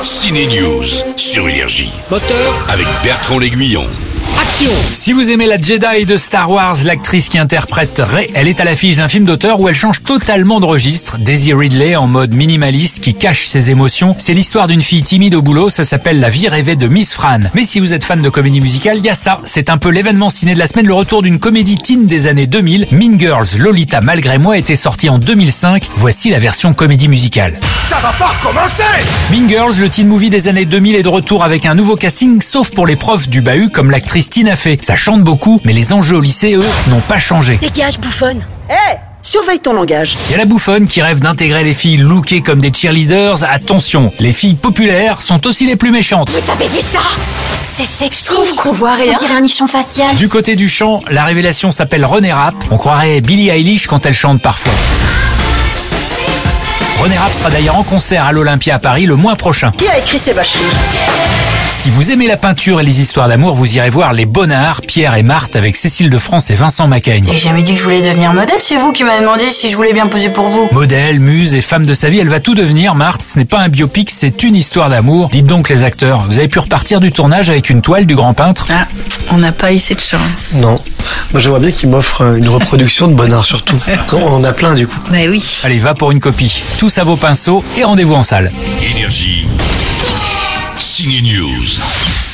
Ciné News sur Énergie Moteur, avec Bertrand L'Aiguillon. action Si vous aimez la Jedi de Star Wars, l'actrice qui interprète Rey, elle est à l'affiche d'un film d'auteur où elle change totalement de registre. Daisy Ridley en mode minimaliste qui cache ses émotions. C'est l'histoire d'une fille timide au boulot, ça s'appelle La vie rêvée de Miss Fran. Mais si vous êtes fan de comédie musicale, il y a ça. C'est un peu l'événement ciné de la semaine, le retour d'une comédie teen des années 2000. Mean Girls, Lolita malgré moi était sortie en 2005. Voici la version comédie musicale. Ça va pas recommencer Mean Girls, le teen movie des années 2000 est de retour avec un nouveau casting, sauf pour les profs du bahut comme l'actrice Tina Fey. Ça chante beaucoup, mais les enjeux au lycée, eux, n'ont pas changé. Dégage, bouffonne. Eh Surveille ton langage. Il y a la bouffonne qui rêve d'intégrer les filles lookées comme des cheerleaders. Attention, les filles populaires sont aussi les plus méchantes. Vous avez vu ça C'est sexy. Je trouve qu'on voit rien. On dirait un nichon facial. Du côté du chant, la révélation s'appelle René Rapp. On croirait Billie Eilish quand elle chante parfois. René Rapp sera d'ailleurs en concert à l'Olympia à Paris le mois prochain. Qui a écrit ces vacheries Si vous aimez la peinture et les histoires d'amour, vous irez voir Les Bonnards, Pierre et Marthe avec Cécile de France et Vincent Macaigne. J'ai jamais dit que je voulais devenir modèle, c'est vous qui m'avez demandé si je voulais bien poser pour vous. Modèle, muse et femme de sa vie, elle va tout devenir, Marthe. Ce n'est pas un biopic, c'est une histoire d'amour. Dites donc les acteurs, vous avez pu repartir du tournage avec une toile du grand peintre Ah, on n'a pas eu cette chance. Non. Moi, j'aimerais bien qu'il m'offre euh, une reproduction de Bonnard, surtout. On en a plein, du coup. Bah oui. Allez, va pour une copie. Tous à vos pinceaux et rendez-vous en salle. Énergie. Ciné News.